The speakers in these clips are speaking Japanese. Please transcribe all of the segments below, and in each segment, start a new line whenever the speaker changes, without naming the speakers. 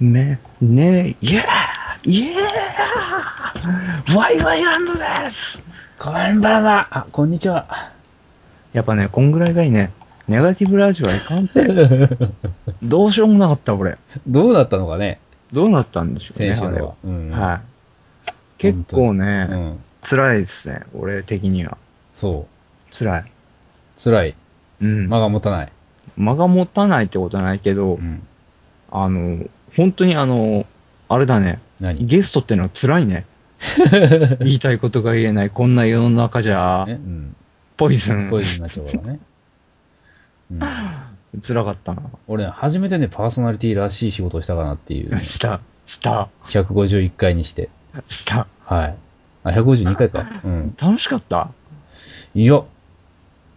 ね、ね、イエーイエーワイワイランドです
こんばんは。あ、こんにちは。
やっぱね、こんぐらいがいいね。ネガティブラジオはいかん って。どうしようもなかった、俺。
どうだったのかね
どうなったんでしょうね、
先週
あれ
の
は
は。。うん
はい。結構ね、
うん。
辛いですね、俺的には。
そ
辛い。
う。辛い。
うん。
間が持たない。
間が持たないってことはないけど、
うん。
あの、本当にあの、あれだね、
何
ゲストってのは辛い ね。言いたいことが言えない、こんな世の中じゃ、
ねうん。
ポイズン。
ポイズンになっちゃうからね。 うん。
辛かったな。
俺ね、初めてね、パーソナリティらしい仕事をしたかなっていう。
した、した、
151回にして。
した。
はい。あ、152回か。うん。
楽しかった
いや、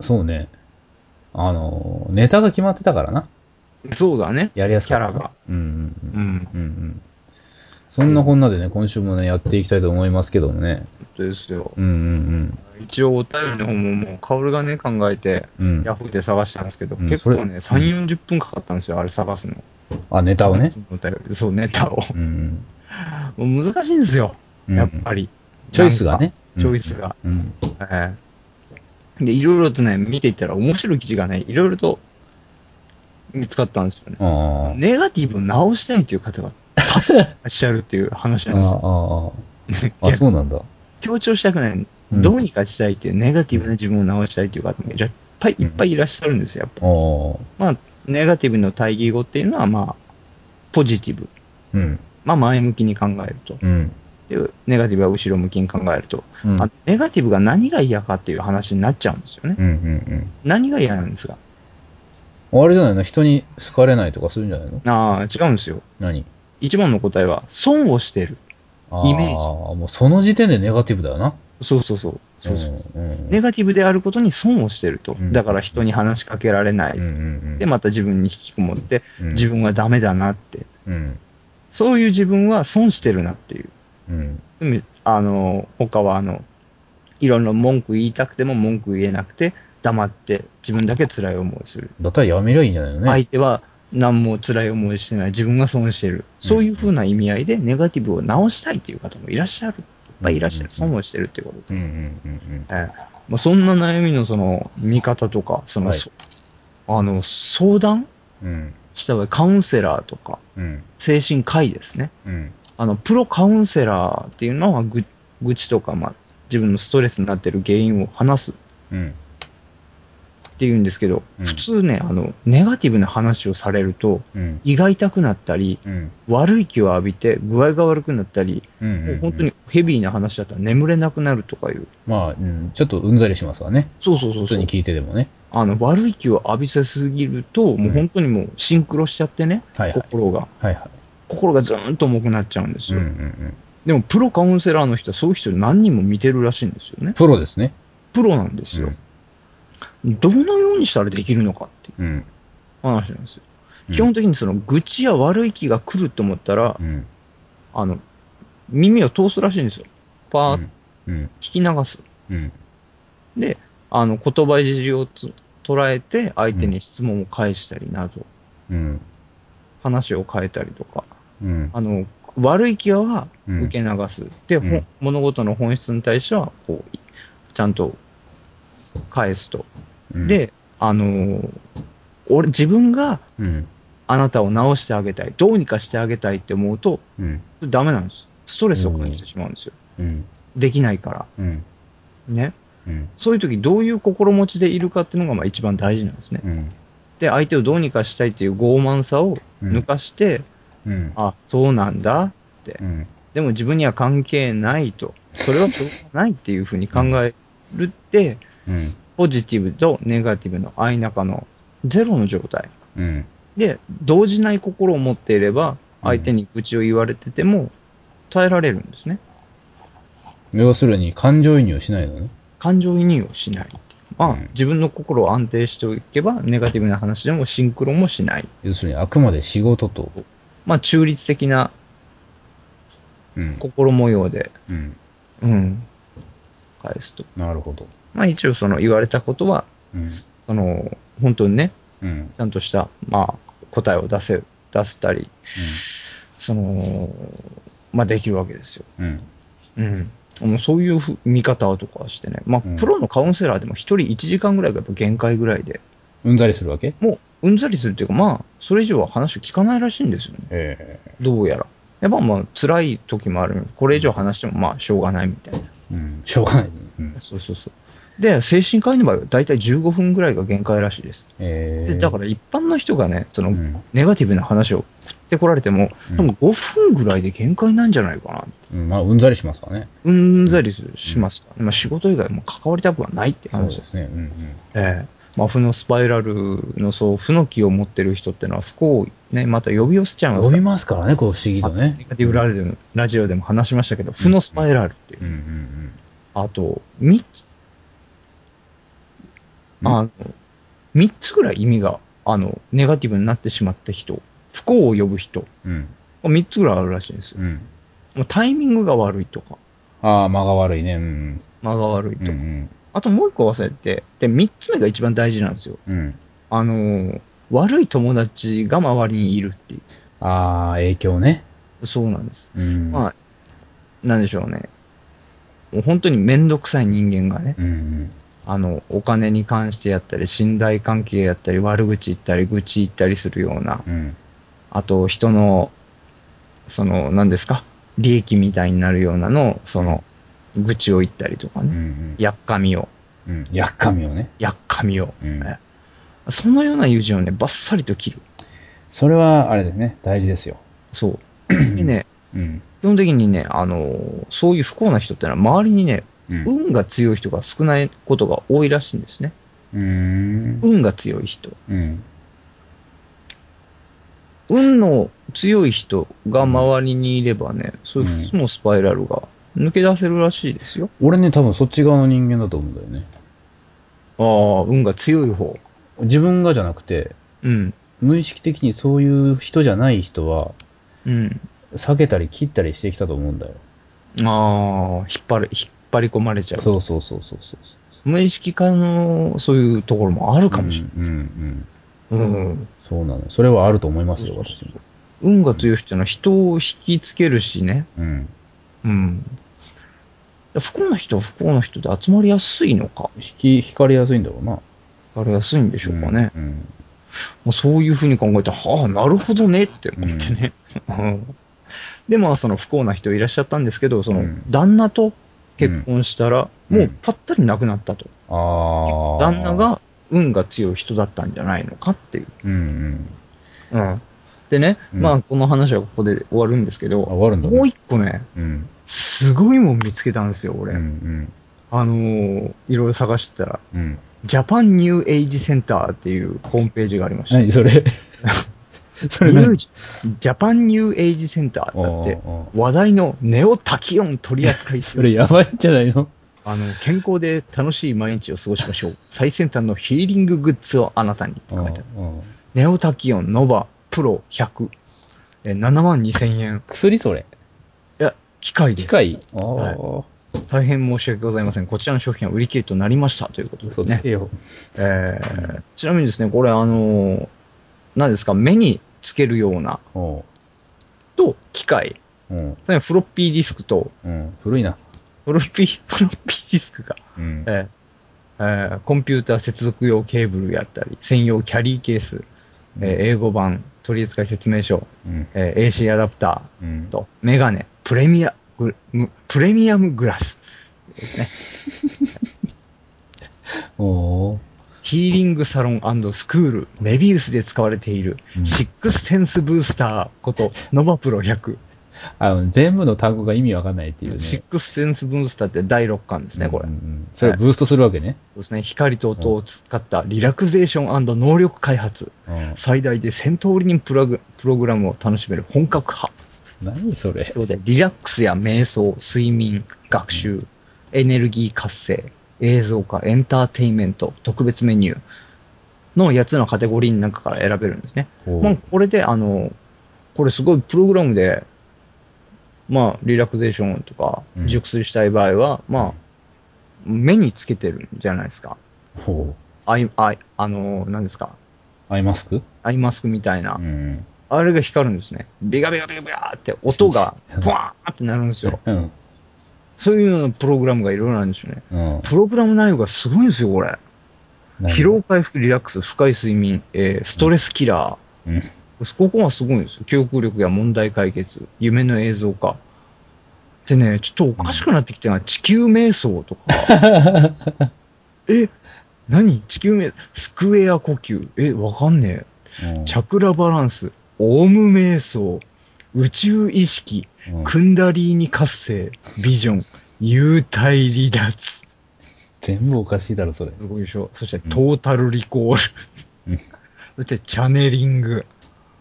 そうね。あの、ネタが決まってたからな。
そうだね。
やりやす
キ
か
ャ
った。
ラが。
うんうんうん
う。ん。
うんうん。そんなこんなでね、今週もね、やっていきたいと思いますけどもね。
本当ですよ。
うんうん
一応お便りの方ももう、カオルがね、考えて、
うん。うん
ヤ。フーで探したんですけど、
うん
結
それ
構ね、3、40分かかったんですよ、あれ探すの。
あ、ネタをね。
お便りそう、ネタを。
うん
もう 難しいんですよ、
うん。
やっぱり。
チョイスがね。
なんか。チョイスが。
うん。うん。
ええで、いろいろとね、見ていったら面白い記事がね、いろいろと見つかったんですよね。
ああ。
ネガティブを直したいという方がいらっしゃるっていう話なんですよ。
ああ。あ、そうなんだ。
強調したくない。
うん
どうにかしたいっていう、ネガティブな自分を直したいっていう方がいっぱいいっぱいいらっしゃるんですよ、やっぱ。
あ
ま
あ。
あ、ネガティブの対義語っていうのは、まあ、ポジティブ。
うん。
まあ、前向きに考えると。
うん。
でネガティブは後ろ向きに考えると。
うん。
あネガティブが何が嫌かっていう話になっちゃうんですよね。
うんうん
何が嫌なんですか
うん。あれじゃないの人に好かれないとかするんじゃないの
ああ、違うんですよ。
何
一番の答えは、損をしてる。イメージ
ああ、もうその時点でネガティブだよな。
そうそうそう。そうそう
う。うんうん。
ネガティブであることに損をしてると
う。ん
だから人に話しかけられない。
うんうん
で、また自分に引きこもって、
うん。
自分はダメだなって。
うん。
そういう自分は損してるなっていう。
うん。
でもあの、他はあの、いろんな文句言いたくても文句言えなくて、黙って自分だけ辛い思いする。
だったらやめりゃいいんじゃないのね。
相手は何も辛い思いしてない。自分が損してる。そういうふうな意味合いで、ネガティブを直したいっていう方もいらっしゃる。いっぱいいらっしゃる。
うんうん
損をしてるっていうことで
うんうんうんうん。
ええまあ、そんな悩みのその見方とか、その、
はい
そあの相談
うん。
した場合、カウンセラーとか、
うん。
精神科医ですね。
うん。
あのプロカウンセラーっていうのは愚、愚痴とか、まあ、自分のストレスになってる原因を話すっ
うん。
ていうんですけど、
うん
普通ねあの、ネガティブな話をされると、
うん。
胃が痛くなったり、
うん。
悪い気を浴びて具合が悪くなったり、
うん。
もう本当。にヘビーな話だったら眠れなくなるとかいう。
まあ、うん、ちょっとうんざりしますわね。
そうそうそうそう。
普通に聞いてでもね。
あの悪い気を浴びせすぎると、もう本当にもうシンクロしちゃってね、
はいはい。
心が、
はいは
心がずーんと重くなっちゃうんで
い。
す
うん
よ、
うんうん。
でもプロカウンセラーの人はそういう人何人も見てるらしいんですよね、
プロですね。
プロなんですよ、どのようにしたらできるのかっていう
うん。
話なんですよ、
うん
基本的にその愚痴や悪い気が来ると思ったら、
うん。
あの耳を通すらしいんですよ、パーッと
うん。
聞き流す、
うん。
であの言葉尻をつ捉えて、相手に質問を返したりなど、
うん。
話を変えたりとか。
うん。
あの悪い気は
うん
受け流す、で、ほん
うん
物事の本質に対してはこうちゃんと返すと、
うん、
であのー俺自分が
うん。
あなたを直してあげたいどうにかしてあげたいって思うと
うん。
ダメなんですストレスを感じてしまうんですよ、
うん。
できないから
うん。
ね
うん。
そういう時どういう心持ちでいるかっていうのがまあ一番大事なんですね
うん。
で相手をどうにかしたいっていう傲慢さを
うん
抜かして、
うん。
あそうなんだ
うん。
でも自分には関係ないと、それはしょうがないっていうふうに考えるって、
うん。
ポジティブとネガティブの相中のゼロの状態。
うん。
で、動じない心を持っていれば、相手に愚痴を言われてても耐えられるんですね。
要するに、感情移入しないのね。
感情移入をしない。まあ
うん、
自分の心を安定しておけば、ネガティブな話でもシンクロもしない。
要するに、あくまで仕事と。
まあ、中立的な
うん。
心模様で、
うん。
うん、返すと。
なるほど。
まあ、一応その言われたことは、
うん。
その、本当にね、
うん。
ちゃんとした、まあ、答えを出せ、出せたりその、まあ、できるわけですよ。
うん。
うん。もうそういうふ見方とかしてね。まあ、
うん
プロのカウンセラーでも一人1時間ぐらいがやっぱ限界ぐらいで、
うんざりするわけ
もううんざりするっていうか、まあ、それ以上は話を聞かないらしいんですよね。
え
どうやら。やっぱまあ、辛い時もあるのでこれ以上話してもまあ、しょうがないみたいな。
えうん。しょうがない。うん。
そうそうそう。で、精神科医の場合は大体15分ぐらいが限界らしいです。
ええ
でだから一般の人がね、その、
うん。
ネガティブな話を振ってこられても、
うん
多分5分ぐらいで限界なんじゃないかな。
うん、まあ、うんざりしますからね。
うんざりするしますから、まあ、仕事以外も関わりたくはないって
そうで
話です。
すね。うん、
ええまあ、負のスパイラルの、そう、負の気を持ってる人ってのは不幸をね、また呼び寄せちゃい
うん。
ます
呼
から
びますからね、こう、不思議とね。
ネガティブラジオでもラジオでも話しましたけど、負のスパイラルっていう
う。んうんうん。
あと、み、
うん
あの、三つぐらい意味が、あの、ネガティブになってしまった人、不幸を呼ぶ人、
うん。
三つぐらいあるらしいんですよ。
うん。
もうタイミングが悪いとか、
ああ、間が悪いね。うん。
間が悪い
うん
と
う
か。
ん。
あともう一個忘れてて、で、三つ目が一番大事なんですよ。
うん。
あのー、悪い友達が周りにいるってい
ああ、影響ね。
う。そうなんです。
うん。
まあ、なんでしょうね。もう本当にめんどくさい人間がね、
うんうん。
あの、お金に関してやったり、信頼関係やったり、悪口言ったり、愚痴言ったりするような、
うん。
あと人の、その、何ですか、利益みたいになるようなのを、その、愚痴を言ったりとか
うんう
ね、
ん。
やっかみを、
うん。やっかみをね。
やっかみを、
うん
ねそのような友人をね、バッサリと切る。
それは、あれですね。大事ですよ。
そう。で ね、
うん。
基本的にね、あの、そういう不幸な人ってのは、周りにね、
うん。
運が強い人が少ないことが多いらしいんですね。
うーん。
運が強い人。
うん。
運の強い人が周りにいればね、そういう負のスパイラルが抜け出せるらしいですよ。
俺ね、多分そっち側の人間だと思うんだよね。
ああ、運が強い方。
自分がじゃなくて、
うん。
無意識的にそういう人じゃない人は、
うん。
避けたり切ったりしてきたと思うんだよ。
ああ、引っ張る、引っ張り込まれちゃう。
そうそうそうそうそうそう。
無意識化の、そういうところもあるかもしれない。
うんうんうん。
うん。
そうなの。それはあると思いますよ、
そうそう
私
そう
も。
運が強い人は人を引きつけるしね。
うん。
うん。不幸な人は不幸な人で集まりやすいのか。
引き、引かれやすいんだろうな。
集まりやすいんでしょうかね。
うん。
もうそういうふうに考えたら、ああ、なるほどねって思ってね。うんで、まあ、その不幸な人いらっしゃったんですけど、そうの
ん、
旦那と結婚したら、
うん
もうぱったり亡くなったと。
ああ。
旦那。が運が強い人だったんじゃないのかっていう。
うんうん。
うんでね、
うん
まあ、この話はここで終わるんですけ
あ、
ど、
終わるんだね。
もう一個ね、
うん。
すごいもん見つけたんですよ、
う
俺。
んうん。
あのーいろいろ探してたら、
うん。
ジャパンニューエイジセンターっていうホームページがありました。
何 それそれ
ニュ
何
ージジャパンニューエイジセンターだって、
ああ
話題のネオタキオン取り扱いす
そ
る
れやばいんじゃないの
あの健康で楽しい毎日を過ごしましょう。最先端のヒーリンググッズをあなたにって書いてある。
うんうん
ネオタキオンノバプロ100。えー7万2000円。
薬それ
いや、機械で
機。械ああ、
は大変申し訳ございません。こちらの商品は売り切れとなりましたということです
嘘つ
ね。
けよ。
えーちなみにですね、これあのー何ですか、目につけるような
おう
と機械。
うん。
フロッピーディスクと、
うん。古いな。
フロッピー、 フロッピーディスクが
うん。
えーえーコンピューター接続用ケーブルやったり、専用キャリーケース、えー英語版、取扱説明書、
うん。
えー AC アダプタ
うん
ー。と、メガネ、プレミアグム、プレミアムグラス、
おお。
ヒーリングサロンスクール、メビウスで使われている
う、ん
シックスセンスブースターこと、ノバプロ100。
あの、全部の単語が意味わかんないっていうね。
シックスセンスブースターって第6巻ですね、これ。
う
そ
んう
うん
うんそれをブーストするわけね。
ですね、光と音を使ったリラクゼーション能力開発。
うん。
最大で1000通りにプログプログラムを楽しめる本格派。
何それ
ということで、リラックスや瞑想、睡眠、学習、エネルギー活性、映像化、エンターテインメント、特別メニューのやつのカテゴリーの中から選べるんですね。
おう
まあ、これで、あの、これすごいプログラムで、まあ、リラクゼーションとか、
うん
熟睡したい場合は、まあ、目につけてるんじゃないですか。
おう
アイ、アイ、あの、何ですか。
アイマスク
アイマスクみたいな。
うん。
あれが光るんですね。ビガビガビガビガーって音が
うん、
ブワーってなるんですよ。
うん。
そういうようなプログラムがいろいろあるんですよね。
うん。
プログラム内容がすごいんですよ、これ。疲労回復、リラックス、深い睡眠、えーストレスキラ
うん
ー。ここはすごいんですよ。記憶力や問題解決、夢の映像化。でね、ちょっとおかしくなってきたのは、地球瞑想とか。 え、何地球瞑想スクエア呼吸。え、わかんねえ。
うん
チャクラバランス、オウム瞑想、宇宙意識、
うん
クンダリーニ活性、ビジョン、幽体離脱。
全部おかしいだろ、それ。
すごいでしょ。そして
うん
トータルリコー
う
ル
ん。
そしてチャネリング。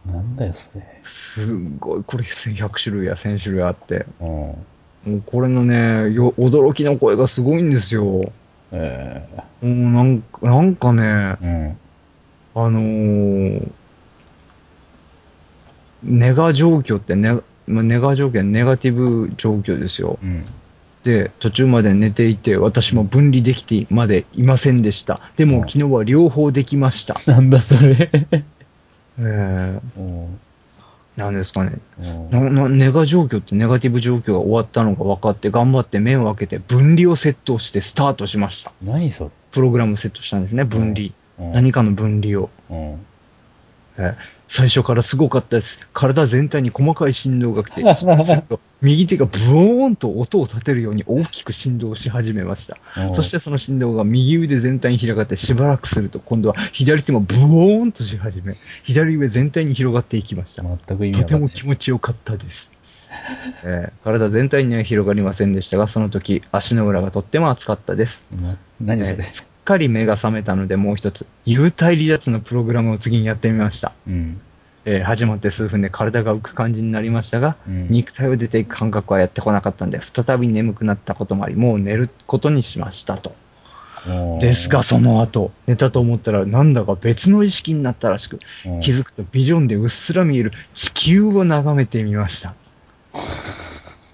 なんだよ、それ。
すんごい、これ100種類や1000種類あって。
うん。
もうこれのね、よ驚きの声がすごいんですよ。も
え
うなんかなんかね、
えうん。
あのー、ネガ状況ってネ、まあネガ状況、ネガティブ状況ですよ。
うん。
で、途中まで寝ていて、私も分離できてまでいませんでした。で
うん
も、昨日は両方できました。
なんだ、それ。
えー、
うん。
なんですかね
うん
なな。ネガ状況ってネガティブ状況が終わったのが分かって、頑張って目を開けて、分離をセットしてスタートしました。
何それ。
プログラムセットしたんですね、分離。
うん
何かの分離を。
うん。
最初からすごかったです。体全体に細かい振動が来て、そうすると右手がブオーンと音を立てるように大きく振動し始めました。
うん
そしてその振動が右腕全体に広がってしばらくすると、今度は左手もブオーンとし始め、左上全体に広がっていきました。
全く意味
と
わ
て
かんな
も
い。
気持ちよかったです。えー体全体には広がりませんでしたが、その時足の裏がとっても熱かったです。
な何そ
え
れ
ー。すっかり目が覚めたのでもう一つ、幽体離脱のプログラムを次にやってみました。
うん。
えー始まって数分で体が浮く感じになりましたが、
うん
肉体を出ていく感覚はやってこなかったんで、再び眠くなったこともあり、もう寝ることにしましたと。
うん
ですが、その後、寝たと思ったら、なんだか別の意識になったらしく、
うん
気づくとビジョンでうっすら見える地球を眺めてみました。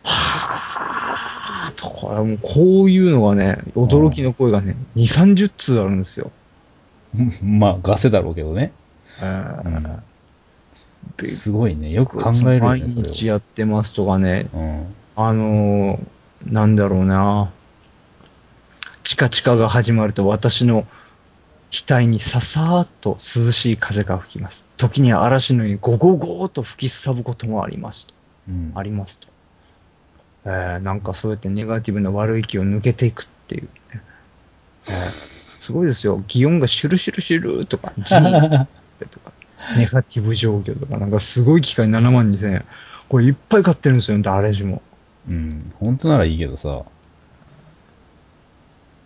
はぁーと、これはもうこういうのがね、驚きの声がね、2、30通あるんですよ。
まあ、ガセだろうけどね。
えー
うん
びっ
すごいね。よく考えるよ
毎
ね、それ
日やってますとかね、
を。うん。
あのーなんだろうな、チカチカが始まると私の額にささーっと涼しい風が吹きます。時には嵐のようにゴゴゴーと吹きすさぶこともありますと。
うん
ありますと。えーなんかそうやってネガティブな悪い気を抜けていくっていうね、えーすごいですよ。擬音がシュルシュルシュルとか、ジーってとか、ネガティブ状況とか、なんかすごい機械7万2000円。これいっぱい買ってるんですよ、誰しも。
うん。本当ならいいけどさ。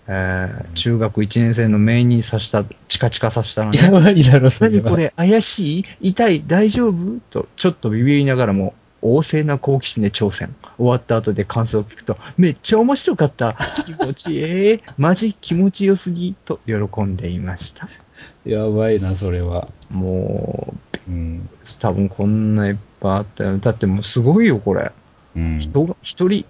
えー中学1年生の命に刺した、チカチカ刺したのに、
ばいだろ、そ
何こ。れ、怪しい痛い大丈夫と、ちょっとビビりながらも、旺盛な好奇心で挑戦。終わった後で感想を聞くと、めっちゃ面白かった気持ちええ マジ気持ちよすぎと喜んでいました。
やばいな、それは。
もう、
うん。
多分こんないっぱいあったよ。だってもうすごいよ、これ。
うん。
人が一人、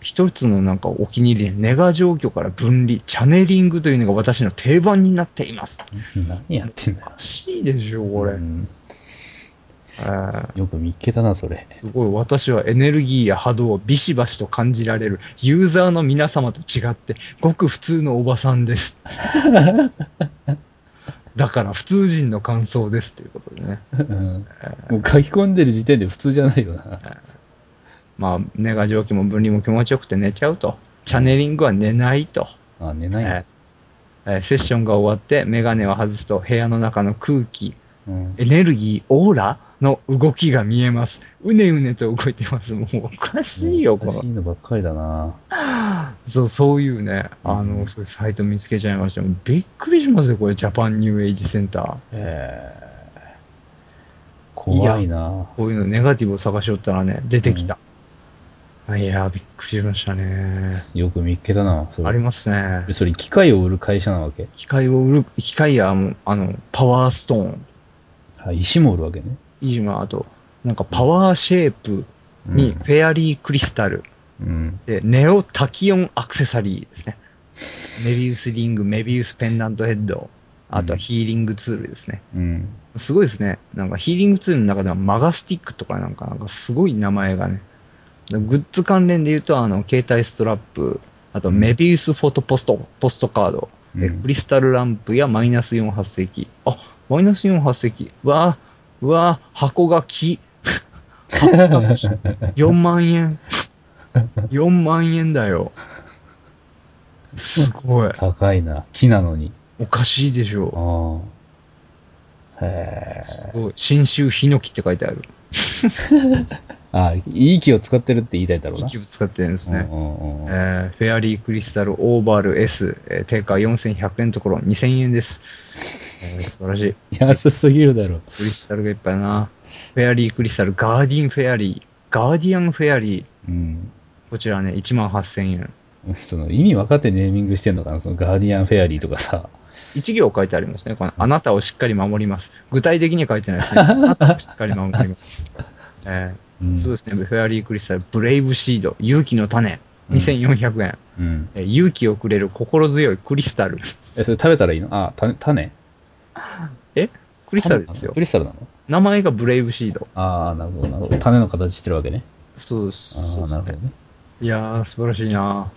一つのなんかお気に入りで、ネガ状況から分離、チャネリングというのが私の定番になっています。
何やってんだ
おかしいでしょ、これ。
うん
えー
よく見っけたな、それ。
すごい、私はエネルギーや波動をビシバシと感じられる、ユーザーの皆様と違って、ごく普通のおばさんです。だから、普通人の感想です、ということでね。
うんもう書き込んでる時点で普通じゃないよな。
まあ、ネガ状況も分離も気持ちよくて寝ちゃうと。チャネリングは寝ないと。
あ、寝ないんだ。
えーえーセッションが終わって、メガネを外すと部屋の中の空気、
うん
エネルギー、オーラの動きが見えます。うねうねと動いてます。もうおかしいよ、こ
おか
の。
しいのばっかりだな。
そう、そういうね、あ
う
の、
ん
そういうサイト見つけちゃいました。もうびっくりしますよ、これ、ジャパンニューエイジセンター。
えー怖いな。
こういうのネガティブを探しよったらね、出てきた。いやー、びっくりしましたね。
よく見っけたな。そ
あり
れ、
ますね。
それ機械を売る会社なわけ
機械を売る、機械や、もうあの、パワーストーン、
あ石も売るわけね。
いじま、あと、なんかパワーシェイプ
うん
にフェアリークリスタル、
うん。
で、ネオタキオンアクセサリーですね。メビウスリング、メビウスペンダントヘッド、あとはヒーリングツールですね。
うん。
すごいですね。なんかヒーリングツールの中ではマガスティックとかなんか、なんかすごい名前がね。グッズ関連で言うと、あの、携帯ストラップ、あとメビウスフォトポスト、ポストカード、
うん
えクリスタルランプやマイナス4発石。あ、マイナス4発石。わあ、うわあ、箱が木。箱が木。4万円。4万円だよ。すごい。
高いな。木なのに。
おかしいでしょ
ああ。へえ
う。。すごい。新州ヒノキって書いてある。
あいい木を使ってるって言いたいだろうな。
一部使ってるんですね。
うんうんうん
えーフェアリークリスタルオーバル S、えー定価4100円のところ2000円です。えー素晴らしい。ク
安すぎるだろ。
リスタルがいっぱいだな。フェアリークリスタル、ガーディンフェアリー、ガーディアンフェアリー。
うん。
こちらね、1万8000円。
その意味分かってネーミングしてんのかなそのガーディアンフェアリーとかさ。
一行書いてありますね。この、あなたをしっかり守ります。具体的には書いてない ですね。あなたをしっかり守ります。え
う
ー
ん。
そうですね。フェアリークリスタル、ブレイブシード、勇気の種、2400円。
うん。
えー勇気をくれる心強いクリスタル。
え、それ食べたらいいのあ、種種
えク
ク
リスタルですよ
ク。リスタルなの
名前がブレイブシード。
ああ、なるほど、なるほど。種の形してるわけね。
そうです。
あ
そ
あ、
うで
なるほ
す
ど
ね。
ね。
いやー、素晴らしいな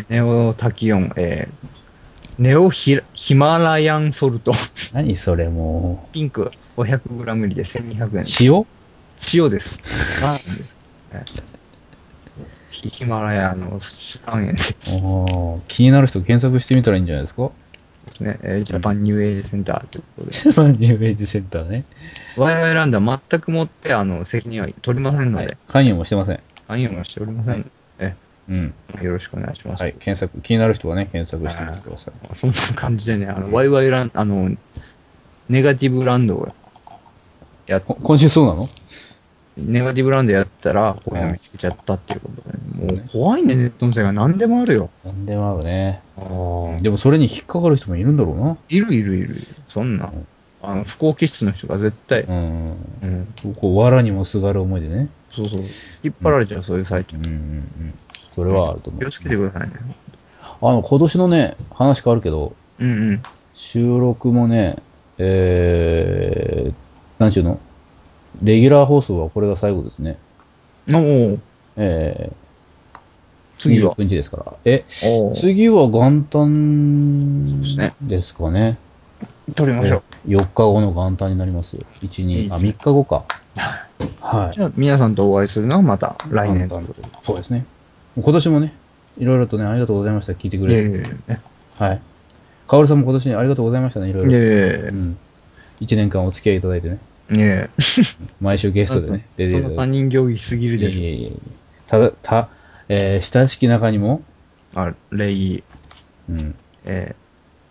ーネオタキオン、えー、ネオヒラヒマラヤンソルト、
何それも
ピンク 500g 入りで1200
う
円。。
塩
塩です。ラーメンですねヒヒマラヤの主観塩です
おー気になる人検索してみたらいいんじゃないですか
ね。えージャパンニューエイジセンターということで。
マンニューエイジセンターね。
我々ランダー全くもって、あの、責任は取りませんの
はい
で、。
関与もしてません。
関与もしておりませんので、
うん。
えよろしくお願いします。
はい。検索、気になる人はね、検索してみてください。
そんな感じでね、あの、ワイワイラン、あの、ネガティブランドをやっ
こ、今週そうなの
ネガティブランドやったら、こういうの見つけちゃったっていうことで、もう怖いね、ネットの世界何でもあるよ。
なんでもあるね。
ああ。
でもそれに引っかかる人もいるんだろうな。
いるいるいる。そんな
うん。
あの、不幸気質の人が絶対
う、ん。
うん。
こう、藁にもすがる思いでね。
そうそう。引っ張られちゃう、そういうサイト
う
に。
んうんうん。それはあると思う。
気をつけてくださいね。
あの、今年のね、話変わるけど、
うんうん。
収録もね、えー、なんちゅうのレギュラー放送はこれが最後ですね。
おう
えー、
次は。
29日ですから。え、
おう
次は元
す
旦
ね
ですかね。
取りましょう。
4日後の元旦になりますよ。1、
いいで
2、
す
あ、
ね
3日後か。はい
じ。ゃあ、皆さんとお会いするのはまた来年。
元旦そうですね。今年もね、いろいろとね、ありがとうございました。聞いてく
いや
れ
い
て。
やいや
はい。かおるさんも今年ね、ありがとうございましたね、いろい
い
ろ。
やいや
うん。1年間お付き合いいただいてね。
いやいや。
毎週ゲストでね、出てい
そ
た
の
だ
他
い
人行儀すぎる
て。いえ
で
い
し
えいえ。ただ、た、えー、親しき中にも、
ょ。あ、礼儀、
うん、
えー、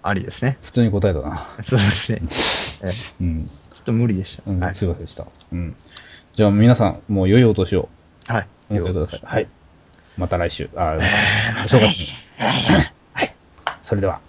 ありですね。
普通に答えたな。
そうですね。
うん。
ちょっと無理でし
うん
た。はい。
すいませんでした。うん。じゃあ皆さん、もう良いお年を
はい。
お迎えください。はい。また来週。あー、お正月に。はい。それでは。